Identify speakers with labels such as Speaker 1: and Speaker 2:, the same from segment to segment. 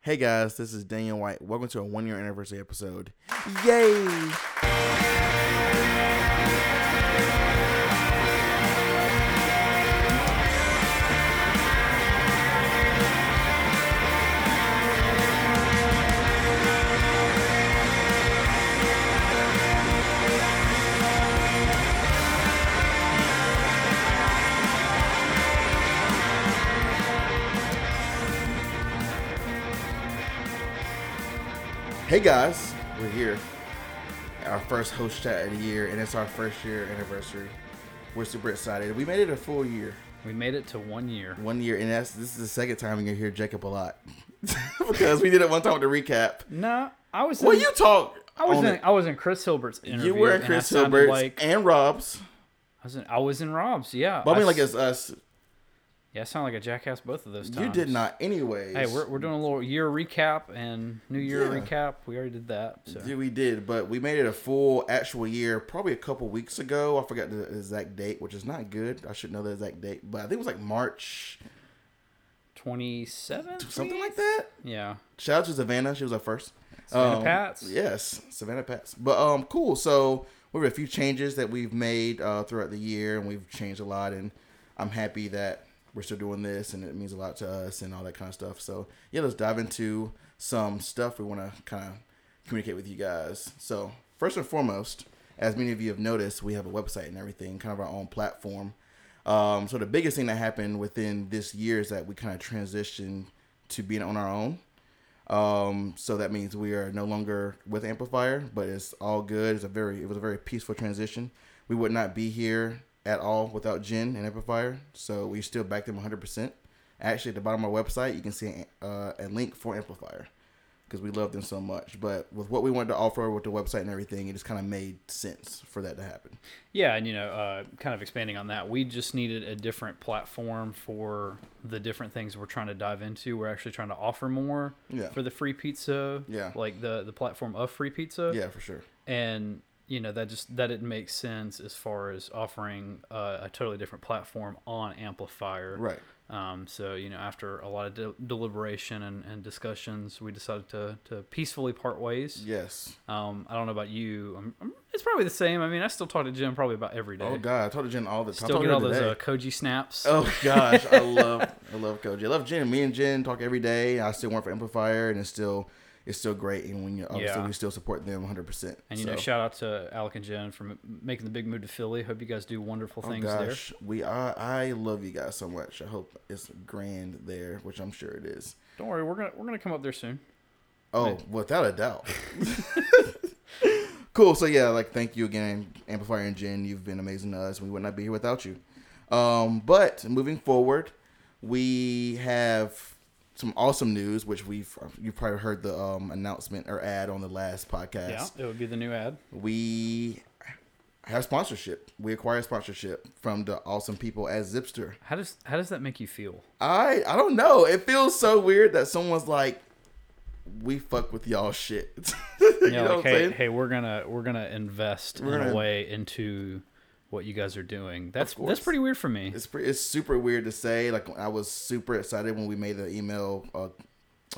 Speaker 1: Hey guys, this is Daniel White. Welcome to a one year anniversary episode. Yay! Hey guys, we're here. Our first host chat of the year, and it's our first year anniversary. We're super excited. We made it a full year,
Speaker 2: We made it to one year.
Speaker 1: one year, and that's this is the second time you're gonna hear Jacob a lot because we did it one time with the recap.
Speaker 2: No, I was.
Speaker 1: Well,
Speaker 2: in,
Speaker 1: you talk.
Speaker 2: I was
Speaker 1: on
Speaker 2: in.
Speaker 1: it.
Speaker 2: I was in Chris Hilbert's
Speaker 1: You
Speaker 2: interview.
Speaker 1: were in
Speaker 2: and I
Speaker 1: Chris
Speaker 2: sounded
Speaker 1: Hilbert's
Speaker 2: Like,
Speaker 1: and Rob's.
Speaker 2: I was in. I was in Rob's. Yeah.
Speaker 1: But I mean, like
Speaker 2: s-
Speaker 1: it's us.
Speaker 2: yeah, I sound like a jackass both of those times.
Speaker 1: You did not, anyways.
Speaker 2: Hey, we're, we're doing a little year recap and New Year
Speaker 1: Yeah.
Speaker 2: recap. We already did that. So
Speaker 1: Yeah, we did, but we made it a full actual year probably a couple weeks ago. I forgot the exact date, which is not good. I should know the exact date, but I think it was like March,
Speaker 2: twenty seven.
Speaker 1: something like that.
Speaker 2: Yeah.
Speaker 1: Shout out to Savannah. She was our first.
Speaker 2: Savannah
Speaker 1: um,
Speaker 2: Pats.
Speaker 1: Yes, Savannah Pats. But um, cool. So we have a few changes that we've made uh, throughout the year, and we've changed a lot. And I'm happy that we're still doing this, and it means a lot to us, and all that kind of stuff. So yeah, let's dive into some stuff we want to kind of communicate with you guys. So first and foremost, as many of you have noticed, we have a website and everything, kind of our own platform. Um, so the biggest thing that happened within this year is that we kind of transitioned to being on our own. Um, so that means we are no longer with Amplifier, but it's all good. It's a very it was a very peaceful transition. We would not be here at all without Jen and Amplifier, so we still back them 100%. Actually, at the bottom of our website, you can see uh, a link for Amplifier because we love them so much. But with what we wanted to offer with the website and everything, it just kind of made sense for that to happen.
Speaker 2: Yeah, and you know, uh, kind of expanding on that, we just needed a different platform for the different things we're trying to dive into. We're actually trying to offer more
Speaker 1: Yeah.
Speaker 2: for the free pizza,
Speaker 1: Yeah.
Speaker 2: like the the platform of free pizza,
Speaker 1: Yeah, for sure.
Speaker 2: and you know that just that didn't make sense as far as offering uh, a totally different platform on Amplifier,
Speaker 1: Right.
Speaker 2: Um, so you know, after a lot of de- deliberation and, and discussions, we decided to to peacefully part ways.
Speaker 1: Yes.
Speaker 2: Um, I don't know about you. I'm, I'm- it's probably the same. I mean, I still talk to Jim probably about every day.
Speaker 1: Oh God, I told Jen all the time. I
Speaker 2: Still
Speaker 1: told
Speaker 2: get
Speaker 1: her
Speaker 2: all those
Speaker 1: today.
Speaker 2: uh, Koji snaps.
Speaker 1: Oh gosh, I love I love Koji. I love Jen. Me and Jen talk every day. I still work for Amplifier, and it's still it's still great. And when you obviously
Speaker 2: Yeah.
Speaker 1: we still support them 100. percent
Speaker 2: and you know, shout out to Alec and Jen for m- making the big move to Philly. Hope you guys do wonderful things there.
Speaker 1: Oh, gosh, we I I love you guys so much. I hope it's grand there, which I'm sure it is.
Speaker 2: Don't worry, we're gonna we're gonna come up there soon.
Speaker 1: Oh, without a doubt. cool. So yeah, like thank you again, Amplifier and Jen. You've been amazing to us. We would not be here without you. Um, but moving forward, we have some awesome news, which we've you probably heard the um, announcement or ad on the last podcast
Speaker 2: Yeah, it would be the new ad.
Speaker 1: we have sponsorship. We acquired sponsorship from the awesome people at Zipster.
Speaker 2: How does how does that make you feel?
Speaker 1: I I don't know. It feels so weird that someone's like, "We fuck with y'all shit." you know
Speaker 2: Yeah, like
Speaker 1: what I'm
Speaker 2: hey,
Speaker 1: saying?
Speaker 2: hey, we're gonna we're gonna invest in
Speaker 1: gonna-
Speaker 2: a way into what you guys are doing. That's
Speaker 1: course.
Speaker 2: that's pretty weird for me.
Speaker 1: It's pretty, it's super weird to say. Like I was super excited when we made the email uh,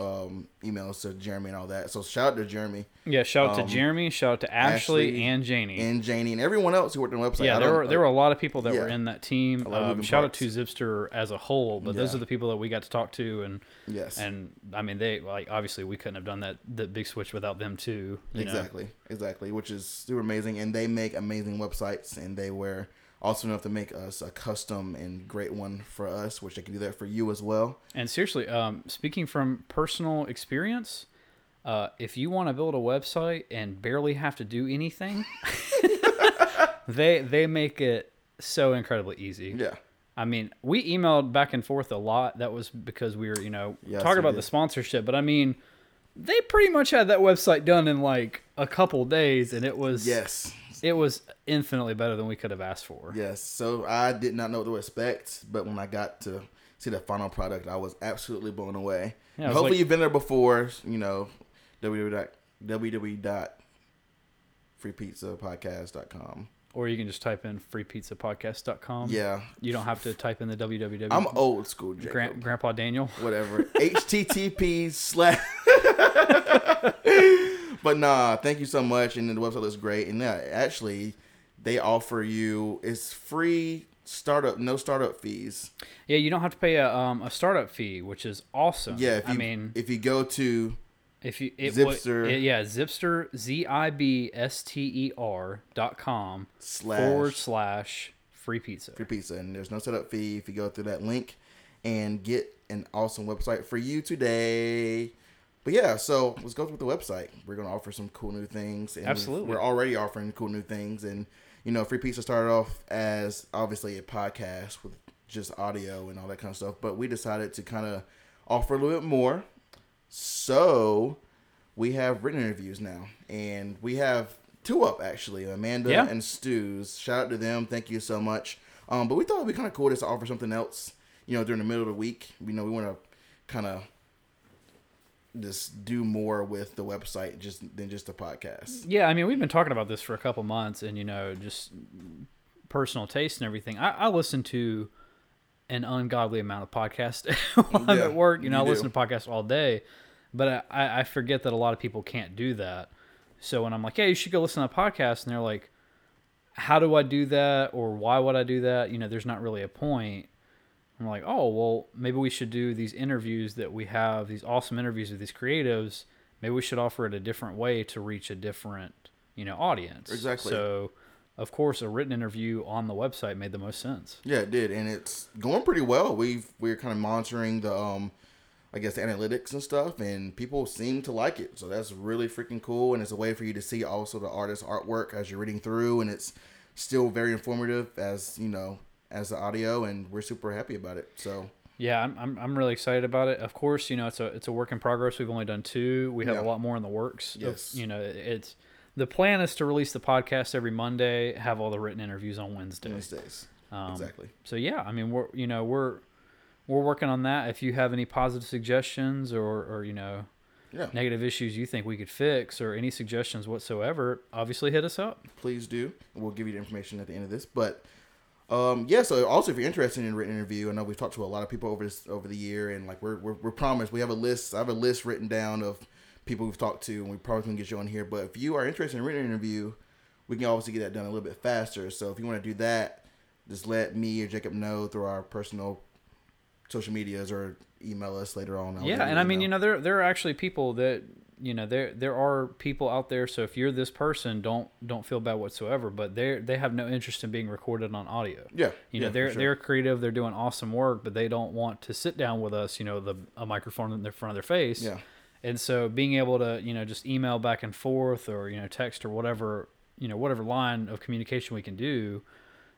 Speaker 1: um, emails to Jeremy and all that. So shout out to Jeremy
Speaker 2: yeah, shout out to Jeremy, shout out to Ashley,
Speaker 1: um, Ashley
Speaker 2: and Janie.
Speaker 1: and Janie and everyone else who worked on the website.
Speaker 2: yeah,
Speaker 1: I
Speaker 2: there
Speaker 1: don't- uh,
Speaker 2: were there were a lot of people that were
Speaker 1: yeah.
Speaker 2: in that team.
Speaker 1: lot of
Speaker 2: Um,
Speaker 1: moving
Speaker 2: shout out
Speaker 1: parts.
Speaker 2: to Zipster as a whole, but those
Speaker 1: Yeah.
Speaker 2: are the people that we got to talk to, and
Speaker 1: Yes.
Speaker 2: and I mean they like obviously we couldn't have done that the big switch without them too. you know?
Speaker 1: exactly, exactly, which is super amazing. And they make amazing websites, and they were awesome enough to make us a custom and great one for us, which they can do that for you as well.
Speaker 2: And seriously, um, speaking from personal experience, uh, if you want to build a website and barely have to do anything, they they make it so incredibly easy.
Speaker 1: Yeah,
Speaker 2: I mean, we emailed back and forth a lot. That was because we were, you know,
Speaker 1: Yes,
Speaker 2: talking
Speaker 1: we
Speaker 2: about
Speaker 1: did.
Speaker 2: the sponsorship. But I mean, they pretty much had that website done in like a couple days, and it was
Speaker 1: yes,
Speaker 2: it was infinitely better than we could have asked for.
Speaker 1: yes. So I did not know what to expect, but when I got to see the final product, I was absolutely blown away.
Speaker 2: Yeah, it was
Speaker 1: Hopefully,
Speaker 2: like-
Speaker 1: you've been there before. You know, www. www. freepizzapodcast.com
Speaker 2: or you can just type in freepizzapodcast.com.
Speaker 1: Yeah,
Speaker 2: You don't have to type in the www.
Speaker 1: I'm old school, Jacob.
Speaker 2: Gran- Grandpa Daniel.
Speaker 1: Whatever. HTTP slash. but nah, thank you so much, and the website looks great. And yeah, actually, they offer you it's free startup, no startup fees.
Speaker 2: Yeah, you don't have to pay a, um, a startup fee, which is awesome.
Speaker 1: Yeah, if you,
Speaker 2: I mean,
Speaker 1: if you go to
Speaker 2: if you it, would-
Speaker 1: Zipster.
Speaker 2: it- yeah, Zipster Z I B S T E R dot com
Speaker 1: slash
Speaker 2: forward slash free pizza.
Speaker 1: free pizza, and there's no setup fee if you go through that link and get an awesome website for you today. But yeah, so let's go through the website. We're gonna offer some cool new things. And we've-
Speaker 2: Absolutely.
Speaker 1: we're already offering cool new things, and you know, free pizza started off as obviously a podcast with just audio and all that kind of stuff. But we decided to kind of offer a little bit more. So we have written interviews now, and we have two up actually, Amanda
Speaker 2: Yeah.
Speaker 1: and Stu's. Shout out to them. Thank you so much. Um, but we thought it'd be kind of cool just to offer something else, you know, during the middle of the week. You know, we want to kind of just do more with the website just than just the podcast.
Speaker 2: Yeah, I mean, we've been talking about this for a couple months, and you know, just personal taste and everything. I, I listen to an ungodly amount of podcasts while I'm
Speaker 1: Yeah,
Speaker 2: at work. You know,
Speaker 1: you
Speaker 2: I listen
Speaker 1: do.
Speaker 2: to podcasts all day, but I- I, I forget that a lot of people can't do that. So when I'm like, "Hey, you should go listen to a podcast," and they're like, "How do I do that?" or "Why would I do that?" You know, there's not really a point. I'm like, oh well, maybe we should do these interviews that we have, these awesome interviews with these creatives. Maybe we should offer it a different way to reach a different, you know, audience.
Speaker 1: Exactly.
Speaker 2: So, of course, a written interview on the website made the most sense.
Speaker 1: Yeah, it did, and it's going pretty well. We've we're kind of monitoring the, um, I guess, the analytics and stuff, and people seem to like it. So that's really freaking cool, and it's a way for you to see also the artist's artwork as you're reading through, and it's still very informative as you know as the audio, and we're super happy about it. So
Speaker 2: Yeah, I'm, I'm, I'm really excited about it. Of course, you know, it's a it's a work in progress. We've only done two. We have
Speaker 1: Yeah.
Speaker 2: a lot more in the works. of-
Speaker 1: Yes.
Speaker 2: you know, it's the plan is to release the podcast every Monday, have all the written interviews on Wednesday.
Speaker 1: Wednesdays,
Speaker 2: Um,
Speaker 1: exactly.
Speaker 2: so yeah i mean we're you know we're we're working on that if you have any positive suggestions or or you know
Speaker 1: Yeah,
Speaker 2: negative issues you think we could fix or any suggestions whatsoever obviously hit us up
Speaker 1: please do. We'll give you the information at the end of this, but. Um, yeah, so also if you're interested in a written interview, I know we've talked to a lot of people over this over the year, and like we're we're, we're promised we have a list. I have a list written down of people we've talked to, and we probably can get you on here. But if you are interested in a written interview, we can obviously get that done a little bit faster. So if you want to do that, just let me or Jacob know through our personal social medias or email us later on. I'll
Speaker 2: yeah
Speaker 1: let
Speaker 2: and i mean you know there there are actually people that you know there there are people out there so if you're this person don't don't feel bad whatsoever but they they have no interest in being recorded on audio
Speaker 1: yeah,
Speaker 2: you know
Speaker 1: yeah, for
Speaker 2: they're
Speaker 1: sure.
Speaker 2: they're creative they're doing awesome work but they don't want to sit down with us you know the a microphone in the front of their face
Speaker 1: Yeah.
Speaker 2: and so being able to you know just email back and forth or you know text or whatever you know whatever line of communication we can do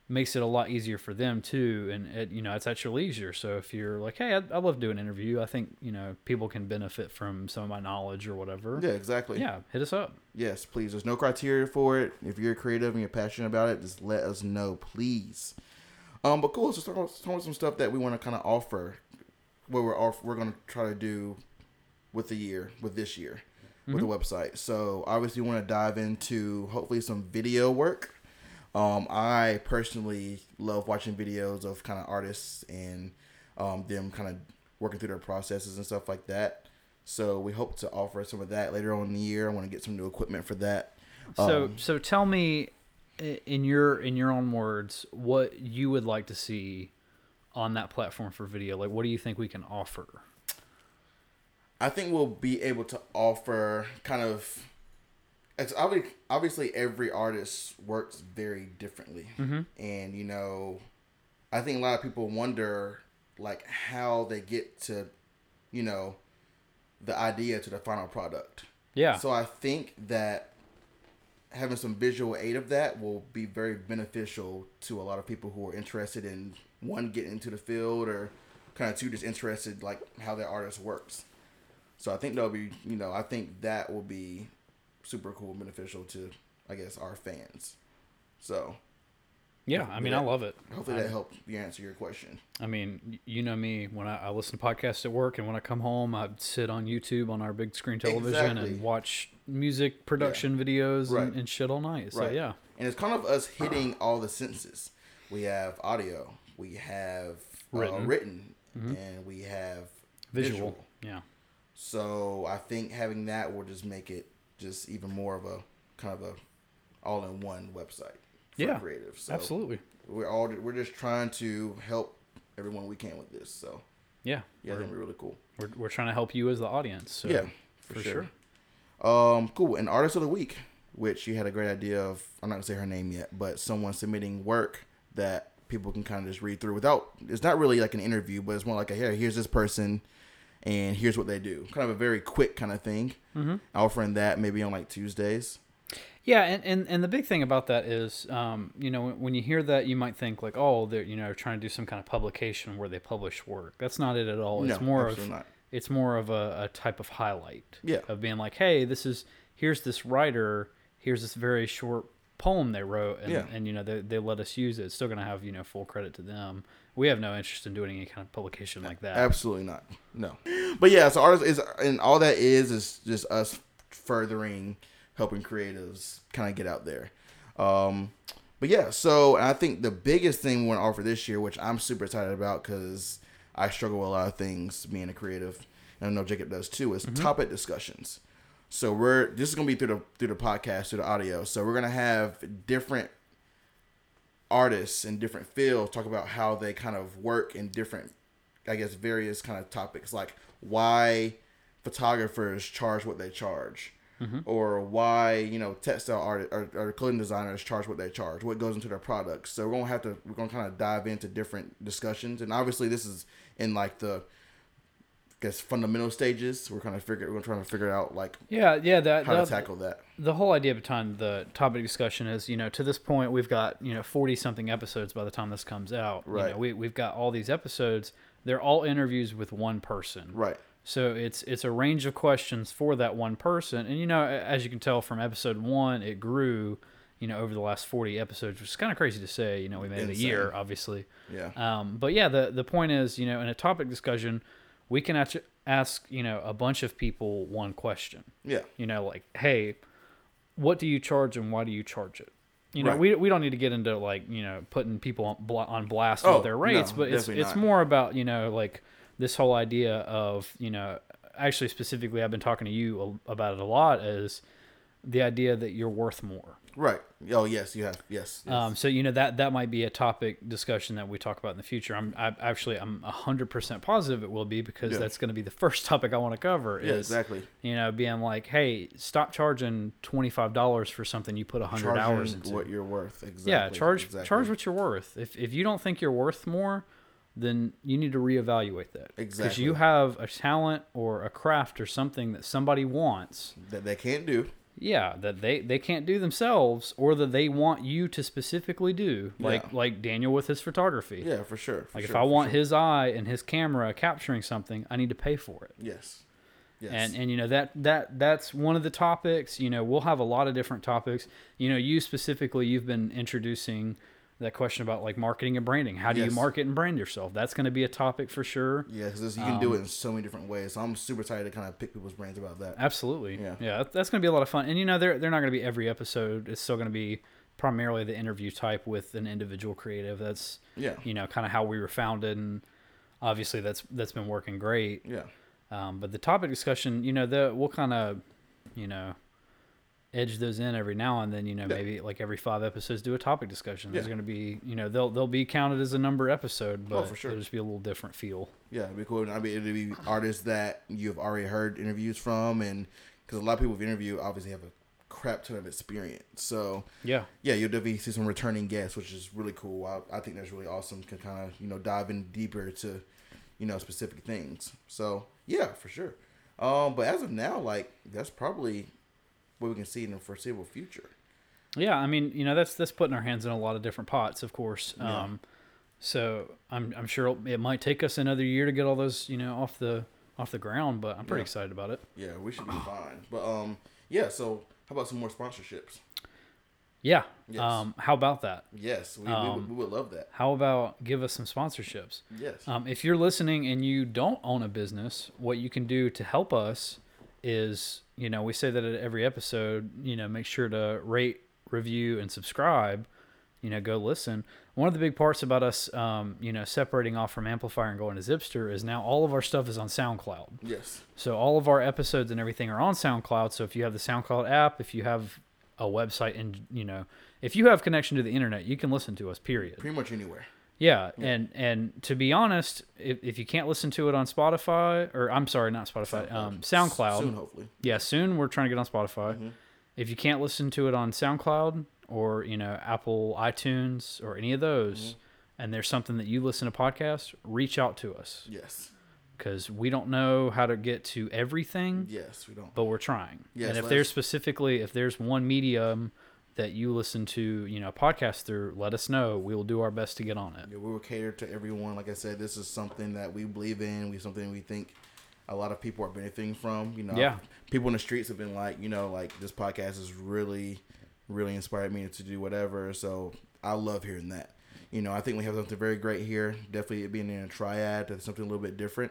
Speaker 2: makes it a lot easier for them too and it, you know it's at your leisure so if you're like hey I'd, I'd love to do an interview i think you know people can benefit from some of my knowledge or whatever
Speaker 1: yeah exactly
Speaker 2: yeah hit us up
Speaker 1: Yes, please. There's no criteria for it. If you're creative and you're passionate about it, just let us know, please. Um, but cool. So start with, start with some stuff that we want to kind of offer. What we're off, we're gonna try to do with the year, with this year, with the website. So obviously, we want to dive into hopefully some video work. Um, I personally love watching videos of kind of artists and um, them kind of working through their processes and stuff like that. So we hope to offer some of that later on in the year. I want to get some new equipment for that.
Speaker 2: So so tell me i- in your in your own words what you would like to see on that platform for video. Like what do you think we can offer?
Speaker 1: I think we'll be able to offer kind of. It's obviously, obviously every artist works very differently, and you know, I think a lot of people wonder like how they get to, you know, the idea to the final product.
Speaker 2: Yeah.
Speaker 1: So I think that having some visual aid of that will be very beneficial to a lot of people who are interested in one getting into the field or kind of two just interested like how their artist works. So I think that'll be you know I think that will be super cool and beneficial to I guess our fans. So
Speaker 2: Yeah, I mean, I love it.
Speaker 1: Hopefully that helped you answer your question.
Speaker 2: I mean, y- you know me. When I, I listen to podcasts at work, and when I come home, I sit on YouTube on our big screen television
Speaker 1: Exactly.
Speaker 2: and watch music production videos
Speaker 1: Right.
Speaker 2: and, and shit all night. So
Speaker 1: Right.
Speaker 2: yeah,
Speaker 1: And it's kind of us hitting all the senses. We have audio, we have written,
Speaker 2: Written. Mm-hmm.
Speaker 1: uh, written and we have
Speaker 2: visual. Yeah,
Speaker 1: So I think having that will just make it just even more of a kind of a all in one website. For
Speaker 2: Yeah,
Speaker 1: creatives. So
Speaker 2: absolutely.
Speaker 1: We're all we're just trying to help everyone we can with this. So
Speaker 2: Yeah,
Speaker 1: yeah,
Speaker 2: We're,
Speaker 1: that'd be really cool.
Speaker 2: we're we're trying to help you as the audience. So
Speaker 1: yeah,
Speaker 2: for, sure.
Speaker 1: Um, cool. And artist of the week, which you had a great idea of. I'm not gonna say her name yet, but someone submitting work that people can kind of just read through without. It's not really like an interview, but it's more like a here, here's this person, and here's what they do. Kind of a very quick kind of thing. Mm-hmm. Offering that maybe on like Tuesdays.
Speaker 2: Yeah, and, and, and the big thing about that is, um, you know, when, when you hear that, you might think like, oh, they're you know trying to do some kind of publication where they publish work. That's not it at all. It's
Speaker 1: No,
Speaker 2: more of
Speaker 1: absolutely not.
Speaker 2: it's more of a, a type of highlight.
Speaker 1: Yeah.
Speaker 2: Of being like, hey, this is here's this writer, here's this very short poem they wrote, and,
Speaker 1: Yeah.
Speaker 2: and you know they, they let us use it. It's still gonna have you know full credit to them. We have no interest in doing any kind of publication like that.
Speaker 1: Absolutely not. No. But yeah, so artists is and all that is is just us furthering helping creatives kind of get out there. Um but yeah, so I think the biggest thing we want to offer this year, which I'm super excited about because I struggle with a lot of things being a creative, and I know Jacob does too, is topic discussions. So we're this is gonna be through the through the podcast, through the audio. So we're gonna have different artists in different fields talk about how they kind of work in different i guess various kind of topics like why photographers charge what they charge
Speaker 2: Mm-hmm.
Speaker 1: or why you know textile art or, or clothing designers charge what they charge what goes into their products so we're gonna have to we're gonna kind of dive into different discussions and obviously this is in like the I guess fundamental stages we're kind of figure we're trying to figure out like
Speaker 2: Yeah, yeah. That,
Speaker 1: how to
Speaker 2: that
Speaker 1: tackle that
Speaker 2: the whole idea behind the topic discussion is, you know, to this point we've got you know forty something episodes by the time this comes out. You
Speaker 1: Right.
Speaker 2: know, we we've got all these episodes. They're all interviews with one person.
Speaker 1: right
Speaker 2: So it's it's a range of questions for that one person, and you know, a- as you can tell from episode one, it grew, you know, over the last forty episodes, which is kind of crazy to say. You know, we made it a
Speaker 1: Insane.
Speaker 2: year, obviously.
Speaker 1: yeah
Speaker 2: Um, but yeah, the the point is, you know, in a topic discussion, we can actu- ask you know a bunch of people one question.
Speaker 1: yeah
Speaker 2: You know, like, hey, what do you charge and why do you charge it? You know,
Speaker 1: Right.
Speaker 2: we, we don't need to get into like you know putting people on, bla- on blast
Speaker 1: Oh,
Speaker 2: with their rates,
Speaker 1: no,
Speaker 2: but it's
Speaker 1: definitely
Speaker 2: it's
Speaker 1: not.
Speaker 2: more about you know like this whole idea of you know actually specifically I've been talking to you a- about it a lot is the idea that you're worth more.
Speaker 1: right oh yes you have yes, yes.
Speaker 2: Um, so you know that that might be a topic discussion that we talk about in the future. I'm I, actually I'm hundred percent positive it will be because
Speaker 1: Yeah.
Speaker 2: that's going to be the first topic I want to cover.
Speaker 1: yeah
Speaker 2: is,
Speaker 1: exactly
Speaker 2: You know, being like, hey, stop charging twenty five dollars for something you put hundred
Speaker 1: Charging
Speaker 2: hours into.
Speaker 1: what you're worth. Exactly.
Speaker 2: yeah, charge
Speaker 1: exactly.
Speaker 2: charge what you're worth. If if you don't think you're worth more, then you need to reevaluate that because
Speaker 1: Exactly.
Speaker 2: you have a talent or a craft or something that somebody wants
Speaker 1: that they can't do.
Speaker 2: yeah that they they can't do themselves or that they want you to specifically do like
Speaker 1: Yeah.
Speaker 2: like daniel with his photography
Speaker 1: Yeah, for sure. for
Speaker 2: like if
Speaker 1: sure,
Speaker 2: i
Speaker 1: for
Speaker 2: want
Speaker 1: sure.
Speaker 2: his eye and his camera capturing something i need to pay for it
Speaker 1: yes, yes,
Speaker 2: and and you know that that that's one of the topics you know we'll have a lot of different topics you know you specifically you've been introducing that question about like marketing and branding how do you
Speaker 1: Yes.
Speaker 2: market and brand yourself that's going to be a topic for sure
Speaker 1: yeah, because you can do it
Speaker 2: um,
Speaker 1: in so many different ways. So I'm super excited to kind of pick people's brains about that.
Speaker 2: Absolutely.
Speaker 1: Yeah.
Speaker 2: Yeah. that- That's going to be a lot of fun. And, you know, they're, they're not going to be every episode. It's still going to be primarily the interview type with an individual creative. That's,
Speaker 1: Yeah.
Speaker 2: you know, kind of how we were founded. And obviously that's, that's been working great.
Speaker 1: Yeah,
Speaker 2: Um, but the topic discussion, you know, the, we'll kind of, you know, edge those in every now and then, you know, maybe like every five episodes do a topic discussion. There's
Speaker 1: Yeah. Oh,
Speaker 2: going to be, you know, they'll, they'll be counted as a number episode, but
Speaker 1: for sure.
Speaker 2: it'll just be a little different feel.
Speaker 1: yeah, it'd be cool. And I mean, it'd be artists that you've already heard interviews from, and because a lot of people we've interviewed obviously have a crap ton of experience. So
Speaker 2: Yeah.
Speaker 1: yeah, you'll definitely see some returning guests, which is really cool. I, I think that's really awesome. Can kind of you know dive in deeper to you know specific things. So yeah, for sure. Um, but as of now, like that's probably what we can see in the foreseeable future.
Speaker 2: Yeah, I mean, you know, that's that's putting our hands in a lot of different pots, of course.
Speaker 1: Yeah.
Speaker 2: Um, so I'm I'm sure it might take us another year to get all those, you know, off the off the ground, but I'm
Speaker 1: Yeah.
Speaker 2: pretty excited about it.
Speaker 1: Yeah, we should be fine. But um, yeah. So how about some more sponsorships?
Speaker 2: Yeah.
Speaker 1: Yes.
Speaker 2: Um, how about that?
Speaker 1: Yes, we,
Speaker 2: Um,
Speaker 1: we, would, we would love that.
Speaker 2: How about give us some sponsorships?
Speaker 1: Yes.
Speaker 2: Um, if you're listening and you don't own a business, what you can do to help us is, you know, we say that at every episode, you know, make sure to rate, review, and subscribe. You know, go listen. One of the big parts about us, um, you know, separating off from Amplifier and going to Zipster is now all of our stuff is on SoundCloud.
Speaker 1: yes.
Speaker 2: So all of our episodes and everything are on SoundCloud. So if you have the SoundCloud app, if you have a website and you know, if you have connection to the internet, you can listen to us. Period.
Speaker 1: Pretty much anywhere.
Speaker 2: Yeah, and and to be honest, if, if you can't listen to it on Spotify or I'm sorry, not Spotify, um, SoundCloud.
Speaker 1: Soon, hopefully. Mm-hmm.
Speaker 2: Yeah, soon we're trying to get on Spotify. If you can't listen to it on SoundCloud or you know Apple iTunes or any of those,
Speaker 1: Mm-hmm.
Speaker 2: and there's something that you listen to podcasts, reach out to us
Speaker 1: Yes.
Speaker 2: because we don't know how to get to everything
Speaker 1: Yes, we don't.
Speaker 2: but we're trying.
Speaker 1: Yes,
Speaker 2: and if
Speaker 1: let's-
Speaker 2: there's specifically if there's one medium that you listen to, you know, a podcast through, let us know. We will do our best to get on it.
Speaker 1: Yeah, we will cater to everyone. Like I said, this is something that we believe in. We something we think a lot of people are benefiting from. You know,
Speaker 2: Yeah.
Speaker 1: people in the streets have been like, you know, like this podcast has really, really inspired me to do whatever. So I love hearing that. You know, I think we have something very great here. Definitely it being in a triad, that's something a little bit different.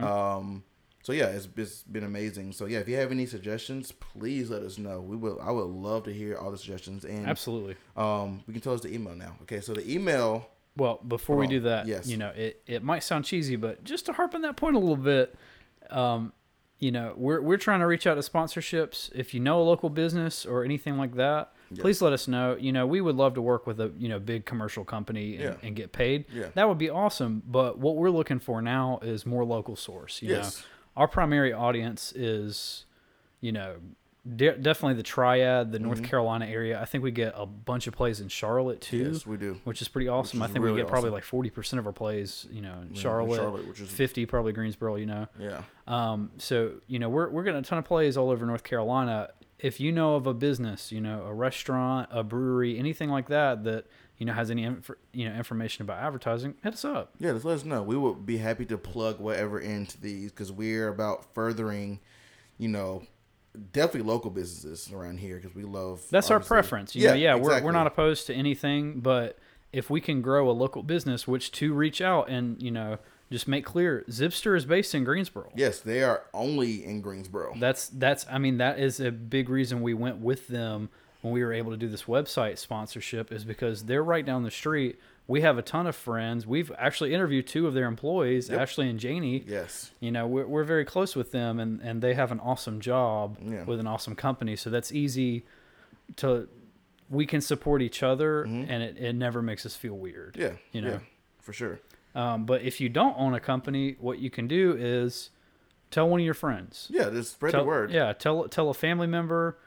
Speaker 1: Um, so yeah, it's, it's been amazing. So yeah, if you have any suggestions, please let us know. We will. I would love to hear all the suggestions, and
Speaker 2: Absolutely.
Speaker 1: um, we can tell us the email now. Okay, so the email
Speaker 2: Well, before we
Speaker 1: Well,
Speaker 2: do that,
Speaker 1: yes.
Speaker 2: you know, it, it might sound cheesy, but just to harp on that point a little bit, um, you know, we're, we're trying to reach out to sponsorships. If you know a local business or anything like that, please let us know. You know, we would love to work with a, you know, big commercial company and,
Speaker 1: Yeah.
Speaker 2: and get paid.
Speaker 1: Yeah.
Speaker 2: That would be awesome. But what we're looking for now is more local source. You
Speaker 1: Yes.
Speaker 2: know, our primary audience is, you know, de- definitely the triad, the
Speaker 1: Mm-hmm.
Speaker 2: North Carolina area. I think we get a bunch of plays in Charlotte too
Speaker 1: Yes, we do.
Speaker 2: which is pretty awesome. I
Speaker 1: is
Speaker 2: think we
Speaker 1: really
Speaker 2: get probably like forty percent of our plays, you know, in Charlotte,
Speaker 1: Charlotte, which is-
Speaker 2: fifty probably Greensboro, you know.
Speaker 1: Yeah.
Speaker 2: Um, so you know, we're we're getting a ton of plays all over North Carolina. If you know of a business, you know, a restaurant, a brewery, anything like that that you know has any inf- you know information about advertising, hit us up.
Speaker 1: Yeah, just let us know. We would be happy to plug whatever into these because we're about furthering, you know, definitely local businesses around here because we love.
Speaker 2: That's our
Speaker 1: obviously-
Speaker 2: preference. You
Speaker 1: Yeah,
Speaker 2: know, yeah, we're,
Speaker 1: exactly.
Speaker 2: we're not opposed to anything, but if we can grow a local business, which to reach out and you know just make clear, Zipster is based in Greensboro.
Speaker 1: Yes, they are only in Greensboro.
Speaker 2: that's that's i mean that is a big reason we went with them when we were able to do this website sponsorship is because they're right down the street we have a ton of friends we've actually interviewed two of their employees ashley and janie
Speaker 1: yes.
Speaker 2: you know we're, we're very close with them and and they have an awesome job
Speaker 1: Yeah.
Speaker 2: with an awesome company so that's easy to we can support each other and it, it never makes us feel weird
Speaker 1: Yeah.
Speaker 2: you know
Speaker 1: yeah, for sure.
Speaker 2: um, but if you don't own a company what you can do is tell one of your friends
Speaker 1: Yeah, just spread
Speaker 2: tell,
Speaker 1: the word.
Speaker 2: Yeah, tell tell a family member.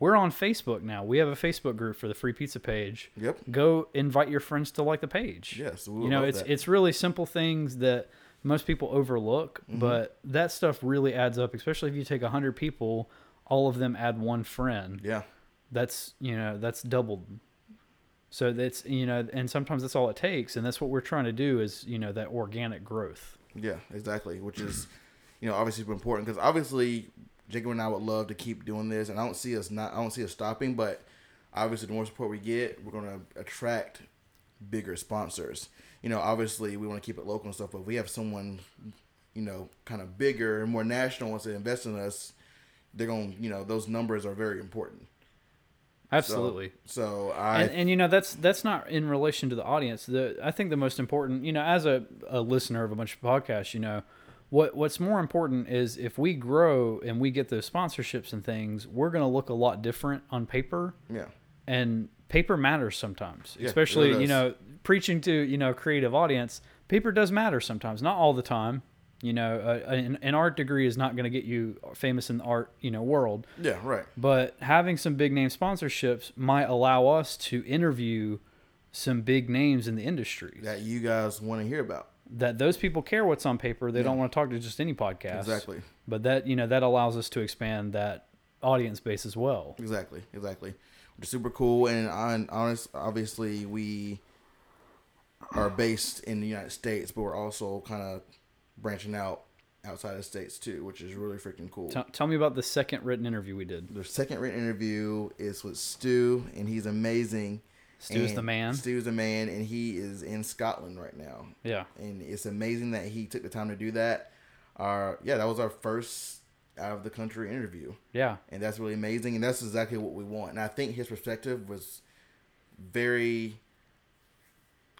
Speaker 2: We're on Facebook now. We have a Facebook group for the free pizza page.
Speaker 1: Yep.
Speaker 2: Go invite your friends to like the page.
Speaker 1: Yes, we would
Speaker 2: you know
Speaker 1: love
Speaker 2: it's
Speaker 1: that.
Speaker 2: it's really simple things that most people overlook,
Speaker 1: Mm-hmm.
Speaker 2: but that stuff really adds up. Especially if you take hundred people, all of them add one friend.
Speaker 1: Yeah.
Speaker 2: That's you know that's doubled. So that's you know, and sometimes that's all it takes, and that's what we're trying to do is you know that organic growth.
Speaker 1: Yeah, exactly. Which is, you know, obviously important because obviously Jacob and I would love to keep doing this, and I don't see us not, I don't see us stopping. But obviously, the more support we get, we're gonna attract bigger sponsors. You know, obviously we want to keep it local and stuff, but if we have someone, you know, kind of bigger and more national wants to invest in us, they're gonna, you know, those numbers are very important. So-
Speaker 2: Absolutely.
Speaker 1: So, I
Speaker 2: and, and you know that's that's not in relation to the audience. The I think the most important, you know, as a, a listener of a bunch of podcasts, you know, what what's more important is if we grow and we get those sponsorships and things, we're going to look a lot different on paper,
Speaker 1: yeah,
Speaker 2: and paper matters sometimes,
Speaker 1: it
Speaker 2: especially
Speaker 1: really
Speaker 2: you
Speaker 1: does.
Speaker 2: know preaching to you know a creative audience. Paper does matter sometimes, not all the time. You know, uh, an, an art degree is not going to get you famous in the art you know world,
Speaker 1: yeah, right.
Speaker 2: but having some big name sponsorships might allow us to interview some big names in the industry that,
Speaker 1: That you guys want to hear about
Speaker 2: those people care what's on paper they don't want to talk to just any podcast
Speaker 1: exactly.
Speaker 2: but that you know that allows us to expand that audience base as well
Speaker 1: Exactly, exactly. Which is super cool. And on honest, obviously, we are based in the United States, but we're also kind of branching out outside of the states too, which is really freaking cool.
Speaker 2: T- tell me about the second written interview we did.
Speaker 1: Their second written interview is with Stu, and he's amazing.
Speaker 2: Stu's the
Speaker 1: And
Speaker 2: man.
Speaker 1: Stu's the man, and he is in Scotland right now.
Speaker 2: Yeah.
Speaker 1: And it's amazing that he took the time to do that. Our yeah, that was our first out of the country interview,
Speaker 2: Yeah.
Speaker 1: and that's really amazing. And that's exactly what we want. And I think his perspective was very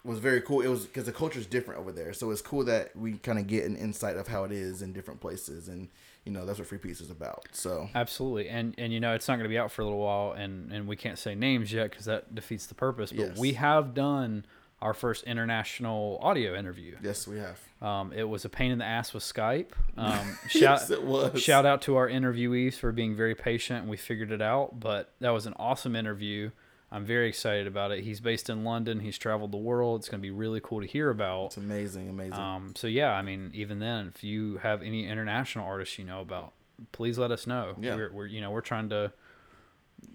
Speaker 1: was very cool. It was because the culture is different over there, so it's cool that we kind of get an insight of how it is in different places, and you know that's what Free Piece is about. So
Speaker 2: Absolutely, and and you know it's not going to be out for a little while, and and we can't say names yet because that defeats the purpose. But
Speaker 1: Yes.
Speaker 2: we have done our first international audio interview.
Speaker 1: yes, we have.
Speaker 2: Um, it was a pain in the ass with Skype. Um, shout
Speaker 1: Yes, it was.
Speaker 2: shout out to our interviewees for being very patient. and We figured it out, but that was an awesome interview. I'm very excited about it. He's based in London. He's traveled the world. It's going to be really cool to hear about.
Speaker 1: It's amazing, amazing.
Speaker 2: Um, so yeah, I mean, even then, if you have any international artists you know about, please let us know.
Speaker 1: Yeah.
Speaker 2: We're, we're you know we're trying to.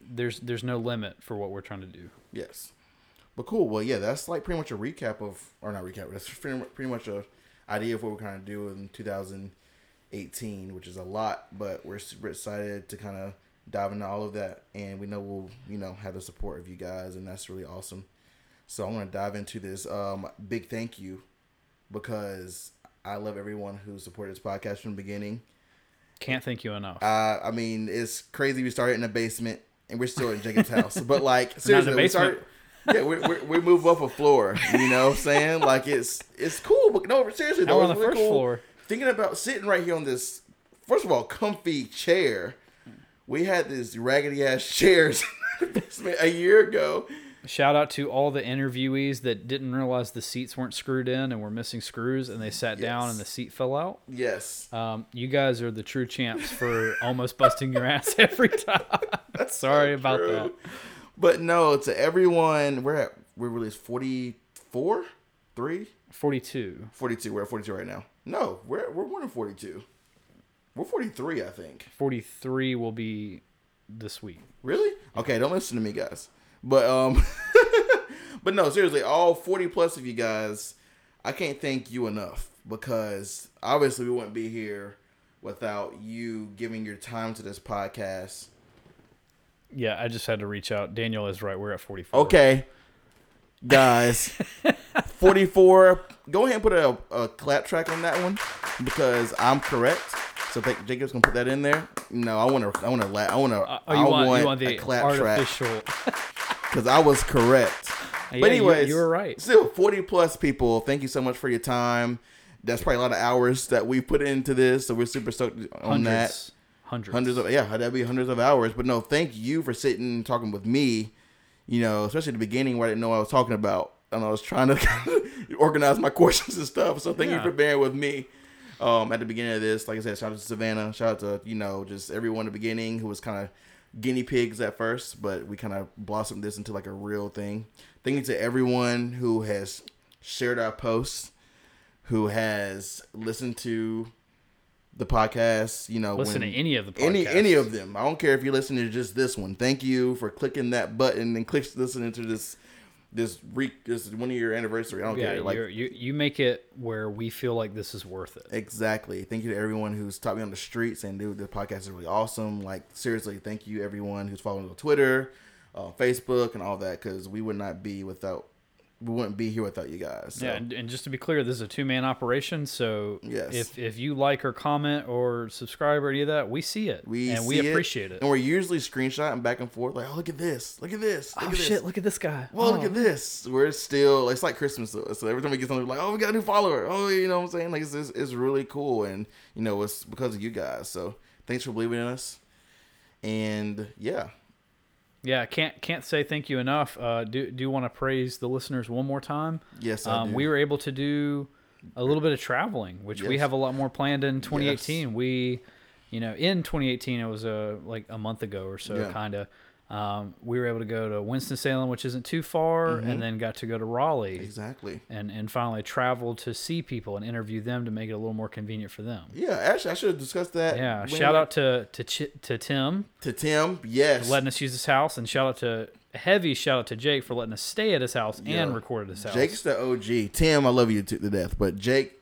Speaker 2: There's there's no limit for what we're trying to do.
Speaker 1: Yes. But cool. Well, yeah, that's like pretty much a recap of, or not recap. That's pretty mu- pretty much a idea of what we're kind of do in 2018, which is a lot, but we're super excited to kind of dive into all of that, and we know we'll you know have the support of you guys, and that's really awesome. So I'm gonna dive into this. Um, big thank you, because I love everyone who supported this podcast from the beginning.
Speaker 2: Can't thank you enough.
Speaker 1: Uh, I mean, it's crazy. We started in the basement, and we're still in Jacob's house. But like, seriously, we
Speaker 2: basement.
Speaker 1: started. Yeah, we, we we move up a floor. You know, what I'm saying like it's it's cool. But no, seriously,
Speaker 2: Now
Speaker 1: though,
Speaker 2: we're on
Speaker 1: it's
Speaker 2: the
Speaker 1: really
Speaker 2: first
Speaker 1: cool
Speaker 2: floor.
Speaker 1: Thinking about sitting right here on this, first of all, comfy chair. We had these raggedy ass chairs in the basement a year ago.
Speaker 2: Shout out to all the interviewees that didn't realize the seats weren't screwed in and were missing screws, and they sat down
Speaker 1: Yes.
Speaker 2: and the seat fell out.
Speaker 1: Yes,
Speaker 2: Um, you guys are the true champs for almost busting your ass every time.
Speaker 1: That's
Speaker 2: Sorry about
Speaker 1: true.
Speaker 2: that.
Speaker 1: But no, to everyone, we're at we released 44, three.
Speaker 2: 42.
Speaker 1: 42. We're at 42 right now. No, we're we're more than 42. We're 43, I think.
Speaker 2: 43 will be this week.
Speaker 1: Really? Okay, don't listen to me, guys. But um, but no, seriously, all 40 plus of you guys, I can't thank you enough because obviously we wouldn't be here without you giving your time to this podcast.
Speaker 2: Yeah, I just had to reach out. Daniel is right. We're at 44.
Speaker 1: Okay, guys, 44. Go ahead and put a, a clap track on that one because I'm correct. So thank Jacob's gonna put that in there. No, I want to. I want to. La- I want to.
Speaker 2: Oh, you
Speaker 1: I
Speaker 2: want, you want
Speaker 1: a
Speaker 2: the
Speaker 1: clap track
Speaker 2: artificial.
Speaker 1: because I was correct.
Speaker 2: Yeah,
Speaker 1: but
Speaker 2: you-
Speaker 1: anyways,
Speaker 2: you were right.
Speaker 1: Still, 40 plus people. Thank you so much for your time. That's probably a lot of hours that we put into this. So we're super stoked on that
Speaker 2: Hundreds. Hundreds.
Speaker 1: hundreds of yeah that'd be hundreds of hours but no thank you for sitting and talking with me you know especially at the beginning where i didn't know what i was talking about and i was trying to kind of organize my questions and stuff so thank
Speaker 2: Yeah.
Speaker 1: you for bearing with me um at the beginning of this like i said shout out to savannah shout out to you know just everyone at the beginning who was kind of guinea pigs at first but we kind of blossomed this into like a real thing thank you to everyone who has shared our posts who has listened to the podcast you know
Speaker 2: Listen
Speaker 1: when-
Speaker 2: to any of the podcasts.
Speaker 1: any any of them. I don't care if you listen to just this one. Thank you for clicking that button and click listening to this this re this one year anniversary. I don't
Speaker 2: Yeah,
Speaker 1: care. Like
Speaker 2: you're, you, you make it where we feel like this is worth it.
Speaker 1: exactly. Thank you to everyone who's taught me on the streets and dude, the podcast is really awesome. Like seriously, thank you everyone who's following us on Twitter, uh, Facebook, and all that because we would not be without we wouldn't be here without you guys. So.
Speaker 2: Yeah, and, and just to be clear, this is a two man operation. So
Speaker 1: Yes.
Speaker 2: if if you like or comment or subscribe or any of that, we see it
Speaker 1: We
Speaker 2: and we
Speaker 1: see it,
Speaker 2: appreciate it.
Speaker 1: and we're usually screenshotting back and forth. Like, oh, look at this, look at this, look
Speaker 2: Oh
Speaker 1: at this.
Speaker 2: shit! Look at this guy.
Speaker 1: well,
Speaker 2: oh.
Speaker 1: look at this. We're still, it's like Christmas to us. So every time we get something, we're like, oh, we got a new follower. Oh, you know what I'm saying? Like, it's, it's, it's really cool. And, you know, it's because of you guys. So thanks for believing in us. And yeah,
Speaker 2: Yeah, can't can't say thank you enough. Uh, do do want to praise the listeners one more time.
Speaker 1: yes, I
Speaker 2: Um,
Speaker 1: do.
Speaker 2: we were able to do a little bit of traveling, which we
Speaker 1: Yes.
Speaker 2: have a lot more planned in 2018. We, you know, in 2018 it was a like a month ago or so,
Speaker 1: Yeah.
Speaker 2: kind of. Um, we were able to go to Winston Salem, which isn't too far,
Speaker 1: Mm-hmm.
Speaker 2: and then got to go to Raleigh.
Speaker 1: exactly.
Speaker 2: and and finally travel to see people and interview them to make it a little more convenient for them.
Speaker 1: Yeah, actually, I should have discussed that.
Speaker 2: Yeah,
Speaker 1: when-
Speaker 2: shout out to to Ch- to Tim
Speaker 1: to Tim. Yes.
Speaker 2: letting us use his house, and shout out to heavy shout out to Jake for letting us stay at his house and
Speaker 1: Yeah.
Speaker 2: record at his house.
Speaker 1: Jake's the OG. Tim, I love you to, to death, but Jake,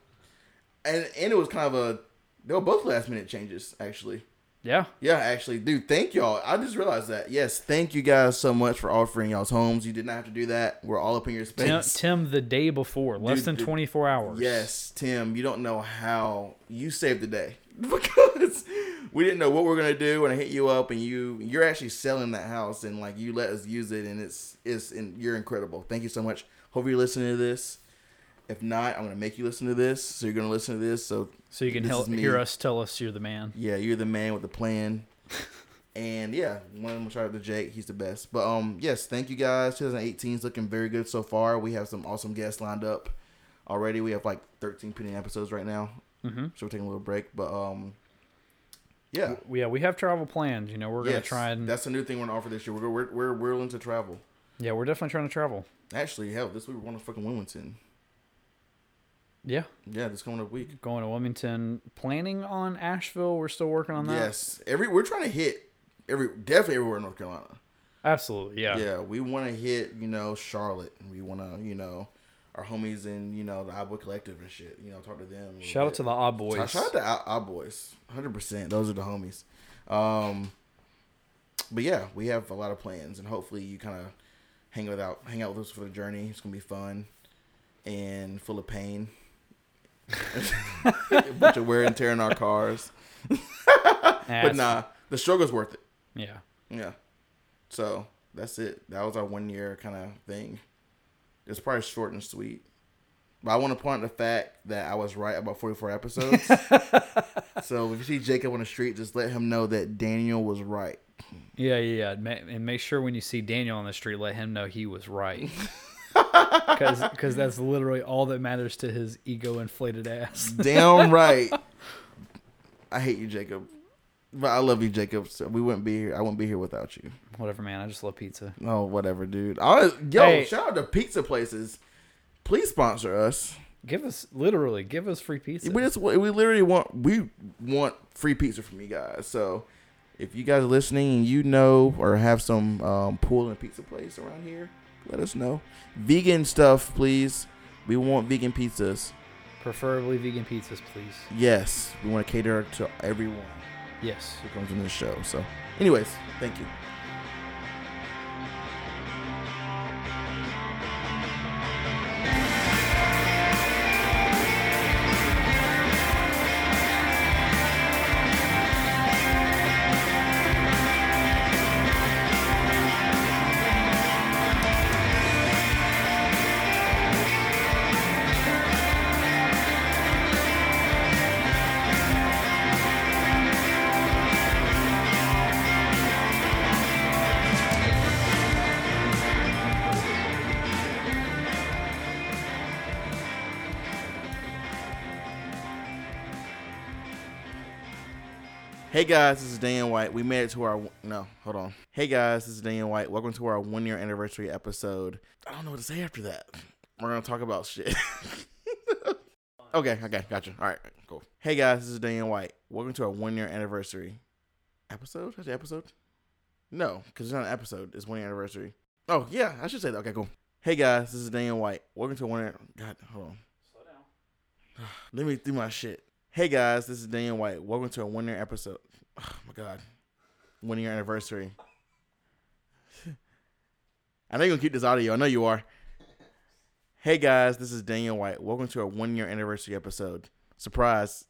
Speaker 1: and and it was kind of a They were both last minute changes, actually.
Speaker 2: Yeah.
Speaker 1: Yeah, actually, dude, thank y'all. I just realized that. Yes, thank you guys so much for offering y'all's homes. You did not have to do that. We're all up in your
Speaker 2: Tim,
Speaker 1: space.
Speaker 2: Tim the day before, less
Speaker 1: Dude,
Speaker 2: than
Speaker 1: dude,
Speaker 2: 24 hours.
Speaker 1: Yes, Tim, you don't know how you saved the day because we didn't know what we are gonna do, and I hit you up, and you you're actually selling that house, and like you let us use it, and it's it's and you're incredible. Thank you so much. Hope you're listening to this. If not, I'm gonna make you listen to this. So you're gonna listen to this. So
Speaker 2: So you can
Speaker 1: this
Speaker 2: help
Speaker 1: is me.
Speaker 2: hear us tell us you're the man.
Speaker 1: Yeah, you're the man with the plan. and yeah, one more shout out to Jake. He's the best. But um, yes, thank you guys. 2018 is looking very good so far. We have some awesome guests lined up already. We have like 13 pending episodes right now,
Speaker 2: Mm-hmm.
Speaker 1: so we're taking a little break. But um, yeah,
Speaker 2: Yeah, we have travel planned. You know, we're gonna
Speaker 1: Yes,
Speaker 2: try and
Speaker 1: that's a new thing we're gonna offer this year. We're we're we're we're willing to travel.
Speaker 2: yeah, we're definitely trying to travel.
Speaker 1: Actually, hell, this week we're going to fucking Wilmington.
Speaker 2: Yeah,
Speaker 1: Yeah, this coming up week.
Speaker 2: going to Wilmington. Planning on Asheville. We're still working on that.
Speaker 1: Yes, every we're trying to hit every definitely everywhere in North Carolina.
Speaker 2: absolutely. Yeah.
Speaker 1: yeah, we want to hit you know Charlotte, and we want to you know our homies in you know the Outboy Collective and shit. You know, talk to them. a
Speaker 2: Shout out to
Speaker 1: little
Speaker 2: the Odd
Speaker 1: bit.
Speaker 2: Boys.
Speaker 1: Shout out to our, our boys, hundred percent. Those are the homies. Um, but yeah, we have a lot of plans, and hopefully you kind of hang with out hang out with us for the journey. It's gonna be fun and full of pain. a bunch of wear and tear in our cars,
Speaker 2: Nah,
Speaker 1: but nah, the struggle's worth it.
Speaker 2: Yeah.
Speaker 1: Yeah. So that's it. That was our one year kind of thing. It's probably short and sweet. But I want to point out the fact that I was right about 44 episodes. so if you see Jacob on the street, just let him know that Daniel was right.
Speaker 2: Yeah, yeah, yeah. Ma- And make sure when you see Daniel on the street, let him know he was right. Because that's literally all that matters to his ego inflated ass.
Speaker 1: Mm. Damn right. I hate you, Jacob. But I love you, Jacob. So we wouldn't be here. I wouldn't be here without you.
Speaker 2: Whatever, man. I just love pizza.
Speaker 1: Oh, whatever, dude. I, yo,
Speaker 2: Hey.
Speaker 1: shout out to pizza places. Please sponsor us.
Speaker 2: Give us, literally, give us free pizza.
Speaker 1: We just we literally want we want free pizza from you guys. So if you guys are listening and you know or have some um, pool and pizza place around here, let us know. Vegan stuff, please. We want vegan pizzas.
Speaker 2: Preferably vegan pizzas, please.
Speaker 1: Yes, we want to cater to everyone
Speaker 2: Yes.
Speaker 1: who comes in this show. So, anyways, thank you. Hey guys, this is Dan White. We made it to our no, hold on. Hey guys, this is Dan White. Welcome to our one year anniversary episode. I don't know what to say after that. We're gonna talk about shit. okay, okay, gotcha. All right, cool. Hey guys, this is Dan White. Welcome to our one year anniversary episode. That's the episode. No, because it's not an episode. It's one year anniversary. Oh yeah, I should say that. Okay, cool. Hey guys, this is Dan White. Welcome to one year. God, hold on.
Speaker 2: Slow down.
Speaker 1: Let me do my shit. Hey guys, this is Dan White. Welcome to a one year episode. Oh my god, one year anniversary. I know you're gonna keep this audio. I know you are. Hey guys, this is Daniel White. Welcome to our one year anniversary episode. Surprise!